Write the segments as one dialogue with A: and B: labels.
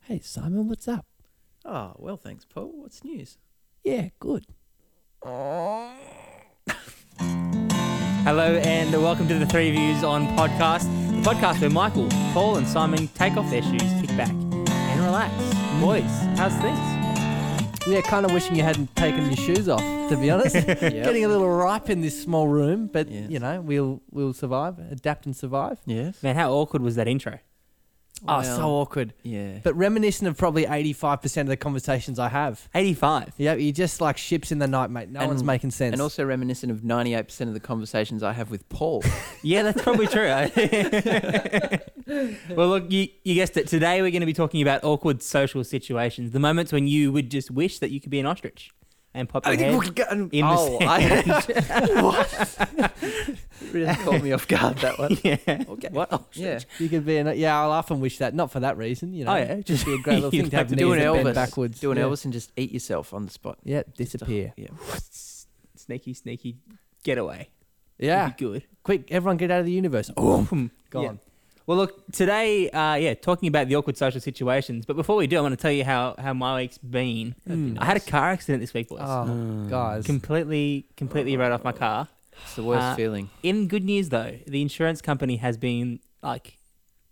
A: Hey, Simon, what's up?
B: Ah, well, thanks, Paul. What's news?
A: Yeah, good.
B: Hello, and welcome to the Three Views on podcast, the podcast where Michael, Paul, and Simon take off their shoes, kick back, and relax. Boys, how's things?
A: Yeah, kind of wishing you hadn't taken your shoes off, to be honest. Getting a little ripe in this small room, but
B: Yes.
A: you know, we'll we'll survive, adapt and survive.
B: Yes. Man, how awkward was that intro?
A: oh, so
B: Well,
A: awkward.
B: Yeah.
A: But reminiscent of probably 85% of the conversations I have.
B: 85.
A: Yeah, you're just like ships in the night, mate. No
C: And-
A: one's making sense.
C: And also reminiscent of 98% of the conversations I have with Paul.
B: Yeah, that's probably true. eh? well, look, you, you guessed it. Today we're going to be talking about awkward social situations, the moments when you would just wish that you could be an ostrich and pop your head in the
C: oh,
B: sand.
C: I, what? Really caught me off guard that one.
B: yeah.
C: Okay.
B: What? Oh, Ostrich?
C: Yeah.
A: you could be an, yeah, I'll often wish that. Not for that reason, you know.
B: Oh, yeah,
A: It'd
B: just-
A: be a great little
B: you'd
A: thing to
B: have
A: have
B: to
C: Do
A: knees
C: an
A: that bend
C: Elvis.
A: backwards.
C: Do an
A: yeah.
C: Elvis and just eat yourself on the spot.
A: Yeah, disappear.
C: Yeah.
B: Sneaky, sneaky getaway.
A: Yeah.
B: Would be good.
A: Quick, everyone get out of the universe. Oh, gone.
B: Yeah. Well, look, today, uh, yeah, talking about the awkward social situations. But before we do, I want to tell you how, how my week's been.
A: Mm.
B: I had a car accident this week, boys.
A: Oh, guys.
B: Completely, completely rode off my car.
C: It's the worst
B: Uh,
C: feeling.
B: In good news, though, the insurance company has been like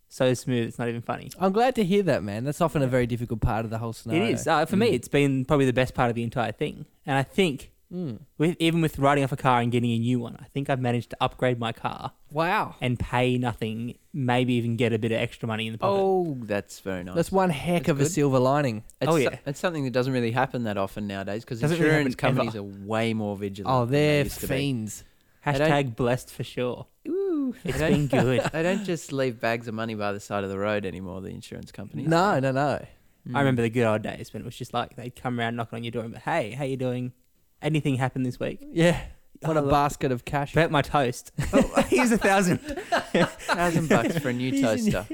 B: so smooth. It's not even funny.
A: I'm glad to hear that, man. That's often a very difficult part of the whole scenario.
B: It is uh, for
C: Mm.
B: me. It's been probably the best part of the entire thing. And I think,
A: Mm.
B: with even with riding off a car and getting a new one, I think I've managed to upgrade my car
A: Wow.
B: and pay nothing. Maybe even get a bit of extra money in the pocket.
C: Oh, that's very nice.
A: That's one heck
C: That's
A: of a
C: good.
A: silver lining.
C: it's,
B: oh,
C: so-
B: yeah.
C: it's something that doesn't really happen that often nowadays because
B: Doesn't really
C: insurance
B: happen
C: companies
B: ever.
C: are way more vigilant.
A: Oh,
C: than they
A: they're
C: used to be.
A: fiends.
C: don't-
B: Hashtag blessed for sure.
C: Ooh.
B: It's
C: They
B: been
C: don't-
B: good.
C: They don't just leave bags of money by the side of the road anymore, the insurance companies.
A: No, no, no.
C: Mm.
B: I remember the good old days when it was just like they'd come around knocking on your door and be, hey, how you doing? Anything happened this week?
A: Yeah. What
B: Oh,
A: a
B: look.
A: basket of cash.
B: Burnt my toast. Here's a thousand.
C: thousand bucks for a new
A: He's in-
C: toaster.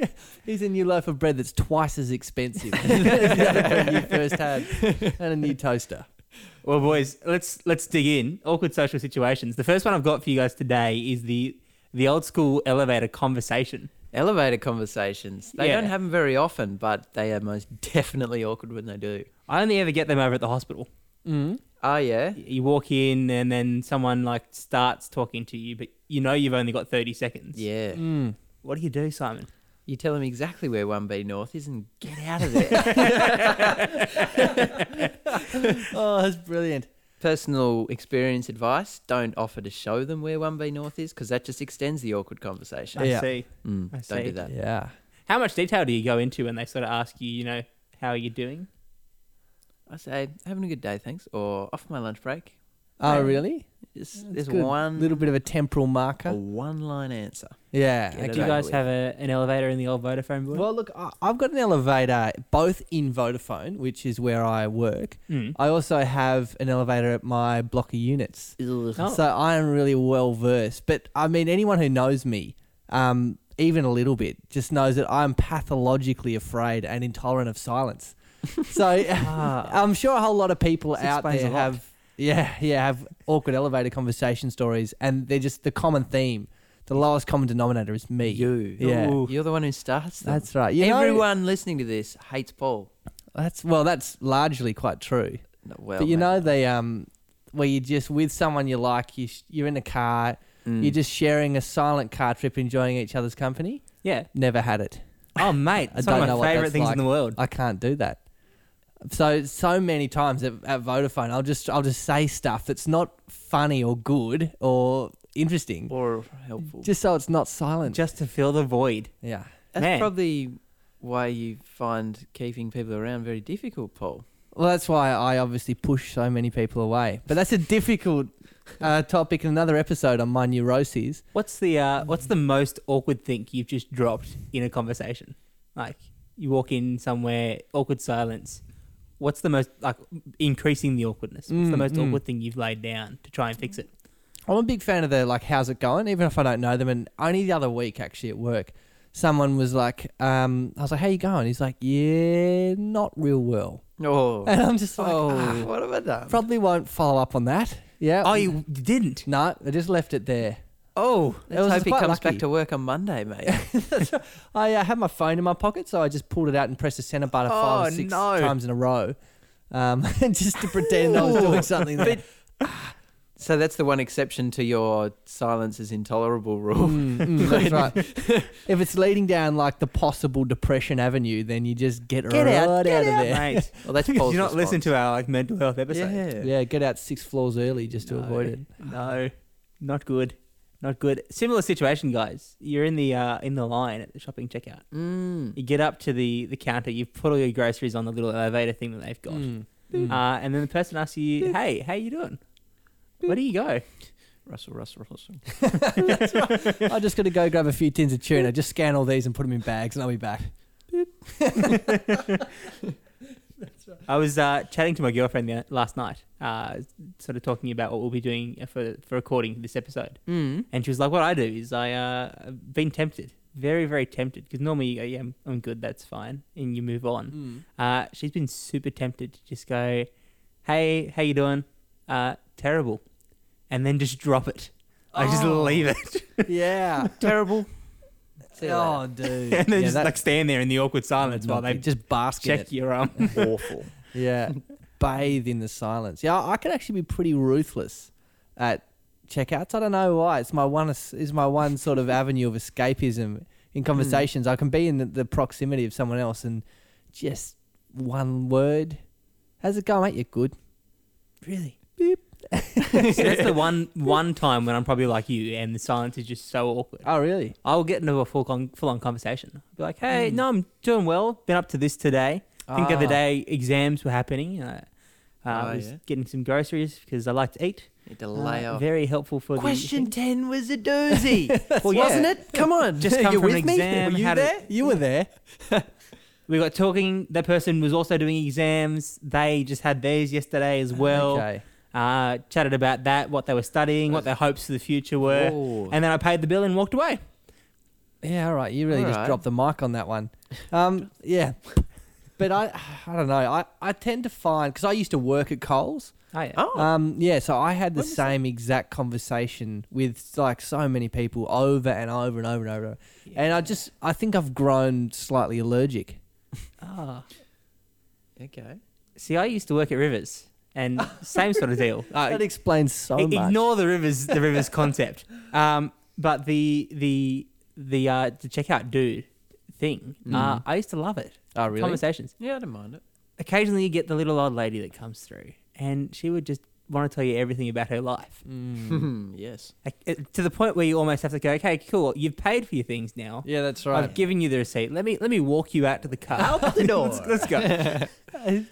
A: Here's a new loaf of bread that's twice as expensive as the other one you first had, and a new toaster.
B: Well, boys, let's let's dig in. Awkward social situations. The first one I've got for you guys today is the the old school elevator conversation.
C: Elevator conversations. They
B: Yeah.
C: don't have them very often, but they are most definitely awkward when they do.
B: I only ever get them over at the hospital.
A: Mm.
C: Oh, yeah.
B: Y- You walk in and then someone like starts talking to you, but you know you've only got thirty seconds.
C: Yeah.
A: Mm.
B: What do you do, Simon?
C: You tell them exactly where 1B North is and get out of there.
A: Oh, that's brilliant.
C: Personal experience advice don't offer to show them where 1B North is because that just extends the awkward conversation.
B: I
A: Yeah.
B: see.
C: Mm,
B: I
C: don't
B: see.
C: do that.
A: Yeah.
B: How much detail do you go into when they sort of ask you, you know, how are you doing?
C: I say, having a good day, thanks, or off my lunch break.
A: Oh,
C: Yeah.
A: really?
C: There's,
A: That's
C: there's
A: good.
C: one Oh,
A: little bit of a temporal
C: a
A: marker.
C: one line answer.
A: Yeah.
C: Get it
B: Do you
C: over
B: guys
C: with.
B: have a, an elevator in the old Vodafone building?
A: Well, look, I- I've got an elevator both in Vodafone, which is where I work.
B: Mm.
A: I also have an elevator at my block of units.
C: Ugh.
B: Oh.
A: So I am really well versed. But I mean, anyone who knows me, um, even a little bit, just knows that I'm pathologically afraid and intolerant of silence. so
B: Ah.
A: I'm sure a whole lot of people
B: This
A: out
B: explains
A: there
B: a lot.
A: have, yeah, yeah, have awkward elevator conversation stories, and they're just the common theme. The lowest common denominator is me.
C: You.
A: Yeah.
B: Ooh.
C: Ah. You're the one who starts them.
A: That's right. You know-
C: Everyone listening to this hates Paul.
A: That's well, that's largely quite true.
C: No, well,
A: but you
C: mate.
A: know the um, where you just with someone you like, you sh- you're in a car,
C: Mm.
A: you're just sharing a silent car trip, enjoying each other's company.
B: Yeah.
A: Never had it.
B: Oh, mate.
A: I
B: It's one
A: don't know
B: of
A: what that's
B: my favourite things
A: like.
B: in the world.
A: I can't do that. So so many times at, at Vodafone, I'll just I'll just say stuff that's not funny or good or interesting,
C: or helpful.
A: just so it's not silent.
B: Just to fill the void.
A: yeah.
C: That's
B: Man.
C: probably why you find keeping people around very difficult, Paul.
A: Well, that's why I obviously push so many people away. But that's a difficult uh, topic in another episode on my neuroses.
B: What's the uh, what's the most awkward thing you've just dropped in a conversation? Like you walk in somewhere, awkward silence. What's the most like increasing the awkwardness? What's the
A: Mm,
B: most
A: mm.
B: awkward thing you've laid down to try and fix it?
A: I'm a big fan of the like, how's it going? Even if I don't know them. And only the other week, actually, at work, someone was like, um, I was like, how you going? He's like, yeah, not real well.
C: Oh,
A: And I'm just like,
B: ah,
C: oh,
A: oh,
C: what have I done?
A: probably won't follow up on that. Yeah.
B: Oh, you didn't.
A: No, I just left it there.
B: Oh,
A: It was
C: Let's hope he
A: quite
C: comes
A: lucky.
C: back to work on Monday, mate.
A: I uh, had my phone in my pocket, so I just pulled it out and pressed the center button five or
C: Oh,
A: six
C: no.
A: times in a row, um, just to pretend I was doing something. There.
C: so that's the one exception to your silence is intolerable rule.
A: Mm, mm, that's right. if it's leading down like the possible depression avenue, then you just get,
C: Get
A: right
C: out,
A: out,
C: get
A: of
C: out,
A: there.
B: mate.
C: Well, that's
B: Because
C: Paul's
B: you're not listening
C: response.
B: to our like mental health episode.
C: Yeah.
A: Yeah, get out six floors early just to
B: No,
A: avoid it.
B: No, not good, not good. Similar situation, guys. You're in the uh, in the line at the shopping checkout.
C: Mm.
B: You get up to the the counter. You've put all your groceries on the little elevator thing that they've got,
A: Mm.
C: Mm.
B: uh, and then the person asks you, "Hey, how you doing? Where do you go?"
C: Russell, Russell, Russell.
A: I'm just gonna go grab a few tins of tuna, just scan all these and put them in bags, and I'll be back.
B: I was uh, chatting to my girlfriend the, last night, uh, sort of talking about what we'll be doing for for recording this episode.
C: Mm.
B: And she was like, "What I do is I uh, I've been tempted, very very tempted, because normally you go, yeah, I'm, I'm good, that's fine, and you move on.
A: Mm.
B: Uh, she's been super tempted to just go, hey, how you doing? Uh, terrible, and then just drop it. I just
A: Oh.
B: leave it
A: Yeah.
C: Terrible. See you later.
A: oh, dude.
B: and
A: yeah,
B: then just
A: that-
B: like stand there in the awkward silence while
A: knock
B: they
A: it, just bask in
B: check
A: it.
B: your um, arm.
C: Awful.
A: Yeah. Bathe in the silence. Yeah, I can actually be pretty ruthless at checkouts. I don't know why. It's my one is my one sort of avenue of escapism in conversations. I can be in the, the proximity of someone else and just one word. How's it going, mate? You're good. Really? Beep.
B: so that's the one one time when I'm probably like you, and the silence is just so awkward.
A: Oh, really?
B: I'll get into a full con- full on conversation. I'll be like, hey, no, I'm doing well. Been up to this today. think the other
A: Ah.
B: day exams were happening. Uh, uh, I
C: Oh,
B: was
C: yeah.
B: getting some groceries because I like to eat.
C: Need to
B: Uh,
C: lay off.
B: Very helpful for
C: Question
B: The,
C: ten was a doozy,
B: Well, yeah.
C: wasn't it? Come on,
B: Just come
C: you
B: from an
C: with me?
B: exam,
C: Were you
B: had a-
C: there?
A: You were there.
B: we got talking. That person was also doing exams. They just had theirs yesterday as well.
A: okay.
B: Uh, chatted about that, what they were studying, what their hopes for the future were,
C: Whoa.
B: and then I paid the bill and walked away.
A: Yeah, all right. You really
C: All
A: just
C: right.
A: dropped the mic on that one. Um, yeah. But I, I don't know. I, I tend to find because I used to work at Coles,
B: Oh yeah.
C: Oh,
A: Um, yeah, so I had the
C: When was
A: same exact conversation with like so many people over and over and over and over. And I just, I think I've grown slightly allergic.
B: Ah. uh,
C: okay.
B: See, I used to work at Rivers, and same sort of deal. Uh,
A: that explains so
B: I-
A: much.
B: Ignore the rivers, the rivers concept. Um, but the the the uh, the checkout dude thing, uh, I used to love it.
A: Oh, really?
B: Conversations.
C: Yeah, I don't mind it.
B: Occasionally, you get the little old lady that comes through, and she would just want to tell you everything about her life, Hmm.
C: Hmm. yes.
B: like, it- to the point where you almost have to go, "Okay, cool, you've paid for your things now.
A: yeah, that's
B: I've given you the receipt. Let me let me walk you out to the car. Out the door. let's, let's go."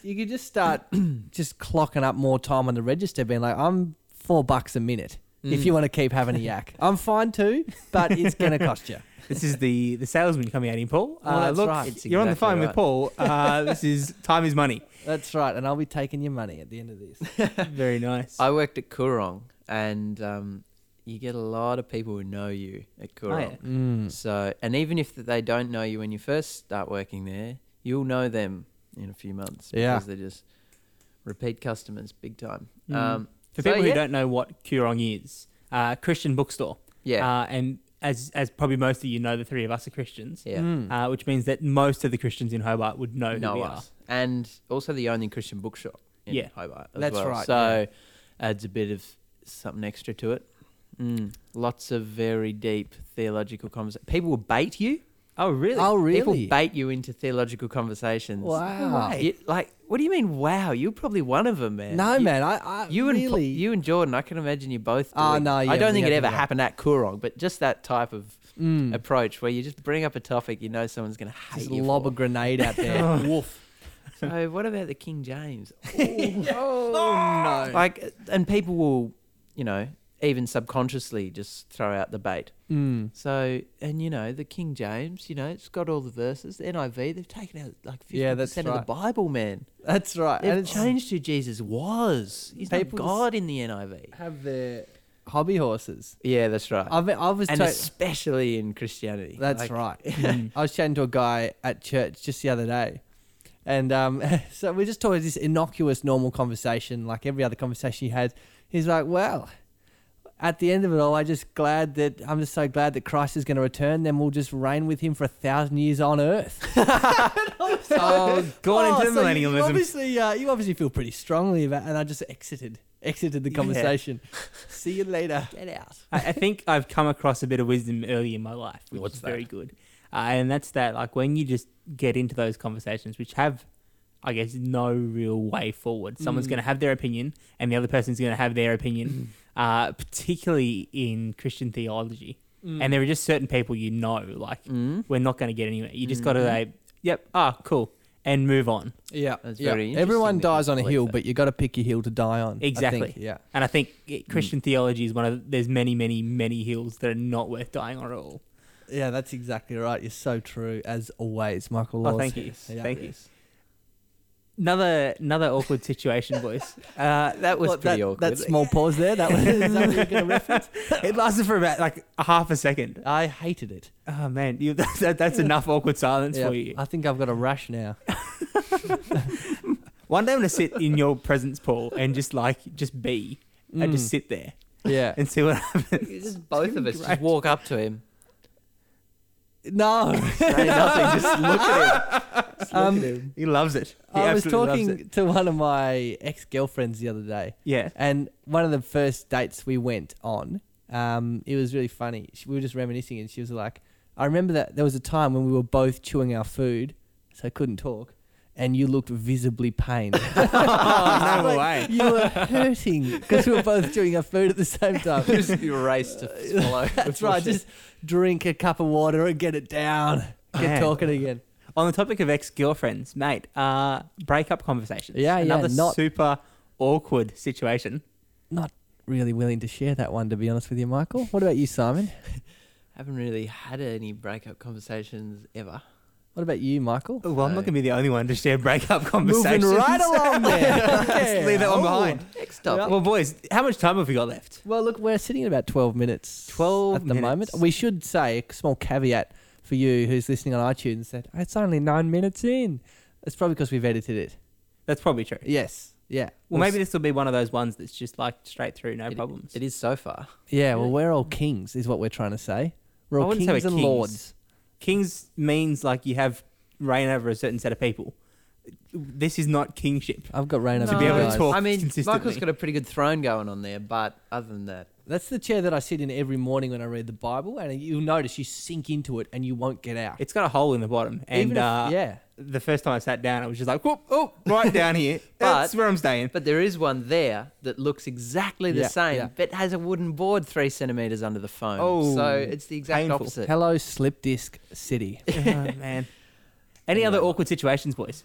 A: you could just start just clocking up more time on the register, being like, I'm four bucks a minute. If you want to keep having a yak, I'm fine too, but it's gonna cost you.
B: This is the the salesman coming out in Paul.
A: Well,
B: uh,
A: that's
B: look,
A: right.
C: It's
B: you're on the
C: exactly
B: phone with
C: right.
B: Paul. Uh, this is time is money.
A: That's right, and I'll be taking your money at the end of this.
B: Very nice.
C: I worked at Kurong, and um, you get a lot of people who know you at
B: Oh,
C: Kurong.
B: yeah.
C: Hmm.
A: Mm.
C: So, and even if they don't know you when you first start working there, you'll know them in a few months
A: Yeah.
C: because they're just repeat customers, big time.
B: Mm.
C: Um,
B: For
C: So,
B: people who
C: yeah.
B: don't know what Kurong is, uh, Christian bookstore.
C: yeah,
B: Uh, and as as probably most of you know, the three of us are Christians.
C: yeah,
A: Mm.
B: Uh, which means that most of the Christians in Hobart would know who
C: Hmm. know
B: we
C: us, and also the only Christian bookshop in
B: Yeah.
C: Hobart. As
A: That's
C: well.
A: right,
C: So, adds a bit of something extra to it. Mm. Lots of very deep theological conversations. People will bait you.
B: are. Oh, really?
A: Oh, really?
C: People bait you into theological conversations.
A: Wow.
C: You- like, what do you mean? Wow, you're probably one of them, man.
A: No,
C: You-
A: man, I, I
C: You and
A: really,
C: you and Jordan, I can imagine you both.
A: Oh,
C: doing-
A: no, yeah,
C: I don't
A: we
C: think
A: had
C: it
A: to
C: ever
A: do that.
C: happened at Coorong, but just that type of
A: Mm.
C: approach where you just bring up a topic you know someone's going to hate
A: Just
C: you
A: lob
C: for.
A: a grenade out there. Woof.
C: So Oh, what about the King James?
A: Oh no.
C: like, and people will, you know, even subconsciously just throw out the bait.
A: Mm.
C: So, and you know, the King James, you know, it's got all the verses. The NIV, they've taken out like fifty
A: Yeah, that's
C: percent of
A: right.
C: the Bible, man.
A: That's right.
C: They've
A: And it's
C: changed who Jesus was. He's not
A: People just-
C: God in the NIV.
A: have their hobby horses.
C: Yeah, that's right.
A: I mean, I was
C: and
A: to-
C: especially in Christianity.
A: that's
C: Like,
A: right.
B: Mm.
A: I was chatting to a guy at church just the other day. And um, so we're just talking this innocuous normal conversation, like every other conversation he has. He's like, Well, at the end of it all, I just glad that I'm just so glad that Christ is going to return. Then we'll just reign with Him for a thousand years on earth.
B: Oh, gone into
A: so you- You
B: millennialism.
A: obviously, uh, you obviously feel pretty strongly about, and I just exited, exited the
B: Yeah.
A: conversation. See you later. Get out.
B: I, I think I've come across a bit of wisdom early in my life, which
C: What's
B: is very good. Uh, and that's that, like, when you just get into those conversations, which have, I guess, no real way forward,
C: Hmm.
B: someone's
A: Mm.
B: going to have their opinion and the other person's going to have their opinion,
C: Hmm.
B: uh, particularly in Christian theology.
C: Hmm.
B: And there are just certain people you know, like,
C: Mm.
B: we're not going to get anywhere. You just got to,
C: Mhm.
B: like, yep, ah, cool, and move on.
A: Yeah,
C: That's
A: yeah.
C: very
A: Everyone
C: interesting that you
A: dies on a
C: reflect
A: hill,
C: that.
A: but you got to pick your hill to die on. I think.
B: Exactly.
A: Yeah.
B: And I think it, Christian theology is one of, there's many, many, many hills that are not worth dying on at all.
A: Yeah, that's exactly right. You're so true as always, Michael.
B: Oh,
A: Laws.
B: thank you.
A: Yeah.
B: Thank you. Another another awkward situation, boys. Uh, that was
A: What,
C: pretty
A: that,
C: awkward.
A: That small pause there. That was is that what you're gonna reference.
B: it lasted for about like a half a second.
A: I hated it.
B: Oh man, you, that, that, that's enough awkward silence
A: Yeah,
B: for you.
A: I think I've got a rash now.
B: One day I'm gonna sit in your presence, Paul, and just like just be and just sit there
A: Mm. Yeah.
B: and see what happens.
C: Just both of us
B: Great.
C: just walk up to him.
A: No.
C: Say nothing, just look at him.
A: Um,
B: He loves it. He
A: I was
B: absolutely loves it.
A: talking to one of my ex girlfriends the other day,
B: Yeah.
A: and one of the first dates we went on, um, it was really funny. She, we were just reminiscing, and she was like, "I remember that there was a time when we were both chewing our food, so I couldn't talk, and you looked visibly pained.
B: Oh, no
A: Like,
B: way.
A: You were hurting because we were both chewing our food at the same time.
C: Just erase to swallow.
A: That's right. Just drink a cup of water and get it down. Get
B: Man.
A: talking again.
B: On the topic of ex-girlfriends, mate, uh, breakup conversations.
A: Yeah, yeah,
B: Another
A: not-
B: super awkward situation.
A: Not really willing to share that one, to be honest with you, Michael. What about you, Simon?
C: haven't really had any breakup conversations ever.
A: What about you, Michael?
B: Well, I'm
C: So-
B: not gonna be the only one to share breakup
A: Moving
B: conversations.
A: right along there.
B: Let's leave that one
A: Oh.
B: behind.
C: Next
A: up.
C: up.
B: Well, boys, how much time have we got left?
A: Well, look, we're sitting at about 12 minutes
B: 12
A: at the moment.
B: minutes.
A: We should say a small caveat for you who's listening on iTunes that it's only nine minutes in. It's probably because we've edited it.
B: That's probably true.
A: Yes. Yeah.
B: Well, maybe this will be one of those ones that's just like straight through, no
C: It-
B: problems.
C: It is so far.
A: Yeah, well, we're all kings, is what we're trying to say.
B: I
A: We're all
B: wouldn't
A: kings
B: say
A: and
B: we're kings.
A: lords.
B: Kings means like you have reign over a certain set of people. This is not kingship.
A: I've got rain
B: To
A: over
B: be
A: you
B: able to
A: guys.
B: talk
C: I mean, Michael's
B: consistently.
C: got a pretty good throne going on there, but other than that,
A: That's the chair that I sit in every morning when I read the Bible, and you'll notice you sink into it and you won't get out.
B: It's got a hole in the bottom, and
A: Even if-
B: uh,
A: yeah.
B: the first time I sat down, I was just like, whoop, oh, right down here.
C: But-
B: That's where I'm staying.
C: but there is one there that looks exactly the
A: Yeah,
C: same,
A: yeah.
C: but has a wooden board three centimeters under the foam.
B: Oh,
C: so it's the exact
B: painful.
C: opposite.
A: Hello, slip disc city.
B: oh, man. Any other awkward situations, boys?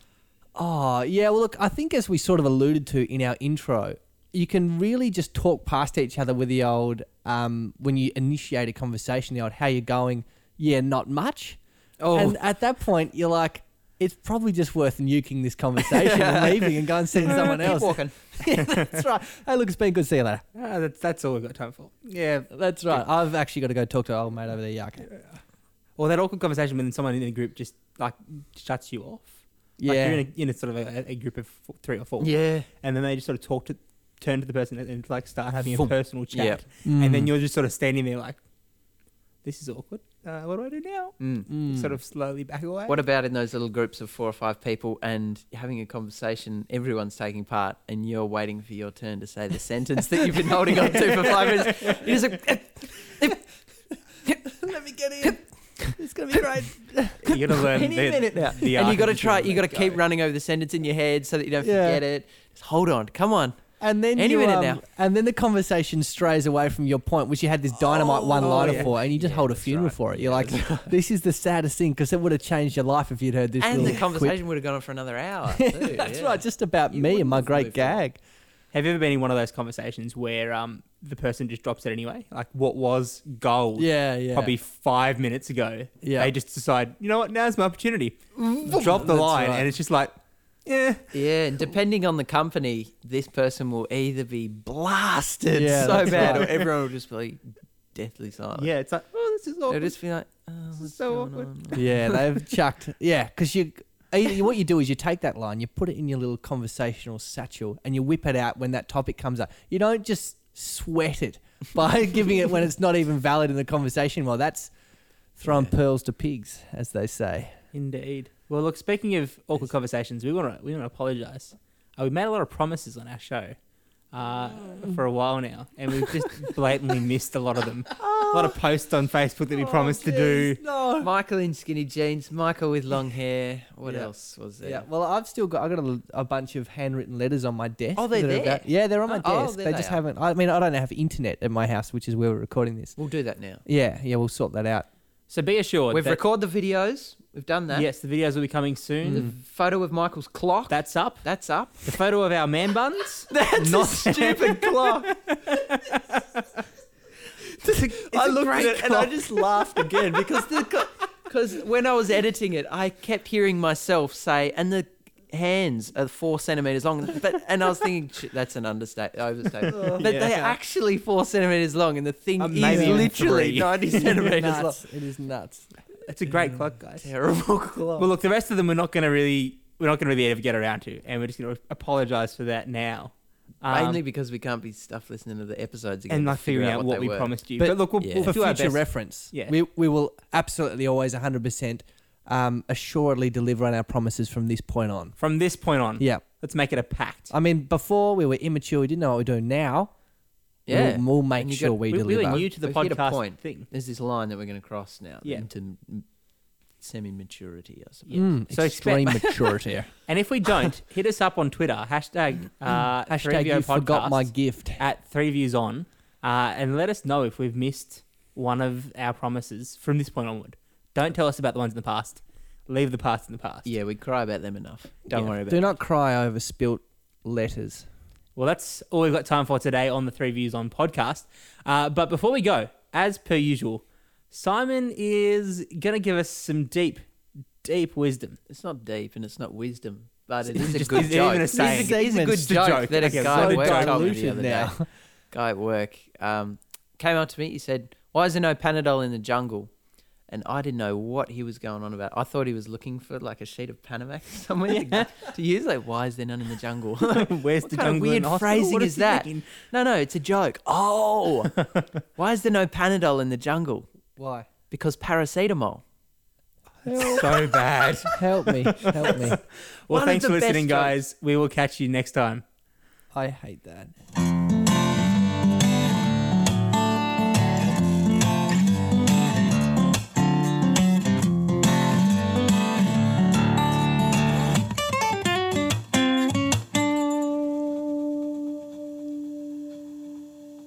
A: Oh, yeah. Well, look, I think as we sort of alluded to in our intro, you can really just talk past each other with the old, um, when you initiate a conversation, the old, how you going? Yeah, not much.
B: Oh,
A: And at that point, you're like, it's probably just worth nuking this conversation and leaving and going and seeing someone
C: Keep
A: else.
C: walking.
A: yeah, that's right. Hey, look, it's been good. See you later.
B: ah, that's, that's all we've got time for. Yeah,
A: That's right. I've actually got to go talk to old mate over there, Yuck.
B: Or that awkward conversation when someone in a group just like shuts you off.
A: Yeah.
B: Like you're in a, in a sort of a, a group of four, three or four.
C: Yeah.
B: And then they just sort of talk to, turn to the person and, and, like start having a
C: Thump.
B: personal chat.
C: Yep.
B: And
A: Mm.
B: then you're just sort of standing there like, this is awkward. Uh, what do I do now?
C: Mm.
A: Mm.
B: Sort of slowly back away.
C: What about in those little groups of four or five people and having a conversation, everyone's taking part, and you're waiting for your turn to say the sentence that you've been holding on to for five minutes? You're just like,
A: let me get in. It's gonna be great.
B: you got to learn
C: any
B: the-
C: minute now.
B: the
C: and
B: art
C: you got to
B: of
C: try,
B: letting
C: you got to
B: that
C: keep
B: go.
C: running over the sentence in your head so that you don't
A: Yeah.
C: forget it. Just hold on. Come on.
A: And then
C: Any
A: you,
C: minute
A: um,
C: now.
A: And then the conversation strays away from your point, which you had this dynamite
B: Oh,
A: one liner
B: yeah.
A: for, and you just
C: Yeah,
A: hold a
C: that's
A: funeral
C: right.
A: for it. You're
C: Yeah,
A: like, this is the saddest thing because it would have changed your life if you'd heard this.
C: And
A: little
C: the
A: quip."
C: conversation would have gone on for another hour. Too,
A: That's
C: yeah.
A: right. Just about
C: You
A: me and
C: wouldn't
A: my
C: have
A: great
C: moved on.
A: gag.
B: Have you ever been in one of those conversations where um, the person just drops it anyway? Like what was gold
A: Yeah, yeah.
B: probably five minutes ago?
A: Yeah. Mm-hmm.
B: They just decide, you know what, now's my opportunity. Drop the
A: That's
B: line.
A: right.
B: And it's just like, yeah.
C: Yeah, and depending on the company, this person will either be blasted
A: Yeah,
C: so
A: that's
C: bad, or
A: right.
C: everyone will just be like deathly
A: Uh,
C: silent.
B: Yeah, it's like, oh, this is
C: they'll
B: awkward.
C: just be like, oh,
B: is
C: what's
B: so
C: going
B: awkward.
C: on?
A: Yeah, they've chucked. Yeah, because you. Either what you do is you take that line, you put it in your little conversational satchel, and you whip it out when that topic comes up. You don't just sweat it by giving it when it's not even valid in the conversation. Well, that's throwing pearls to pigs, as they say.
B: Indeed. Well, look. Speaking of awkward conversations, we want to we want to apologise. Uh, we made a lot of promises on our show uh,
A: Mm.
B: for a while now, and we've just blatantly missed a lot of them. A lot of
A: Oh.
B: posts on Facebook that we promised to do.
A: No.
C: Michael in skinny jeans, Michael with long hair. What
A: Yeah.
C: else was there?
A: Yeah, well, I've still got I've got a, l- a bunch of handwritten letters on my desk.
C: Oh, they're
A: that are
C: there?
A: about- yeah, they're on my
C: Oh,
A: desk.
C: there
A: they
C: they
A: just
C: are.
A: haven't. I mean, I don't have internet at my house, which is where we're recording this.
C: We'll do that now.
A: Yeah, yeah, we'll sort that out.
B: So be assured.
C: We've
B: that-
C: recorded the videos. We've done that.
B: Yes, the videos will be coming soon.
A: Mm.
C: The photo of Michael's clock.
B: That's up.
C: That's up.
B: The photo of our man buns.
C: That's
B: Not-
C: stupid clock. I
B: a
C: looked at
B: great
C: it and I just laughed again because the because when I was editing it, I kept hearing myself say, "And the hands are four centimeters long," but and I was thinking "Shit, that's an understatement, overstatement. But
B: Yeah.
C: they're actually four centimeters long, and the thing
B: Uh,
C: is
B: maybe
C: literally
B: three.
C: ninety centimeters long.
A: nuts. It is nuts.
B: It's a great clock, guys.
C: Terrible clock.
B: Well, look, the rest of them we're not going to really we're not going to really ever get around to, and we're just going to apologise for that now. Um,
C: Mainly because we can't be stuffed listening to the episodes again
B: and
C: to
B: like figuring
C: figure
B: out what,
C: they
B: we
C: were.
B: promised you. But,
A: But-
B: look, we'll,
C: Yeah.
B: we'll
A: For
B: do our
A: future
B: best.
A: reference,
B: Yeah.
A: we, we will absolutely always 100% um, assuredly deliver on our promises from this point on.
B: From this point
C: Mm.
B: on,
A: Yeah.
B: let's make it a pact.
A: I mean, before we were immature, we didn't know what we do. Now,
C: Yeah.
A: we'll, we'll make
C: And you
A: sure
C: got-
A: we,
B: we, we
A: deliver.
B: were new to the
C: We've hit a
B: podcast
C: point.
B: thing.
C: There's this line that we're going to cross now
B: Yeah.
C: into m- semi-maturity, I suppose.
A: Mm,
B: So
A: extreme maturity.
B: And if we don't, hit us up on Twitter hashtag uh,
A: Hashtag
B: 3VO
A: you forgot my
B: podcast
A: gift.
B: at three views on, uh, and let us know if we've missed one of our promises from this point onward. Don't tell us about the ones in the past. Leave the past in the past.
C: Yeah, we cry about them enough. Don't
B: Yeah.
C: worry about
A: Do
C: it.
A: not cry over spilt letters.
B: Well, that's all we've got time for today on the Three Views on podcast. Uh, but before we go, as per usual, Simon is going to give us some deep, deep wisdom.
C: It's not deep and it's not wisdom, but it
B: It's
C: is a
B: just-
C: good
B: it's
C: joke.
B: even a
C: It is
B: saying.
C: It is a
A: Segment.
C: good
A: It's a
C: joke,
B: joke.
C: that a guy
B: Okay, so
C: at work told me the
A: diluted
C: other
A: now.
C: day. Guy at work um, came up to me. He said, "Why is there no Panadol in the jungle?" And I didn't know what he was going on about. I thought he was looking for like a sheet of Panamax somewhere to, to use. Like, why is there none in the jungle?
B: Where's
C: What
B: the
C: kind of
B: jungle
C: weird
B: in the hospital?
C: phrasing
B: What
C: is
B: he
C: that?
B: thinking?
C: no, no, it's a joke. Oh, why is there no Panadol in the jungle?
A: Why?
C: Because paracetamol.
B: so bad.
A: Help me. Help me.
B: Well,
C: One of
B: thanks
C: the
B: for
C: best
B: listening,
C: jokes.
B: guys. We will catch you next time.
A: I hate that.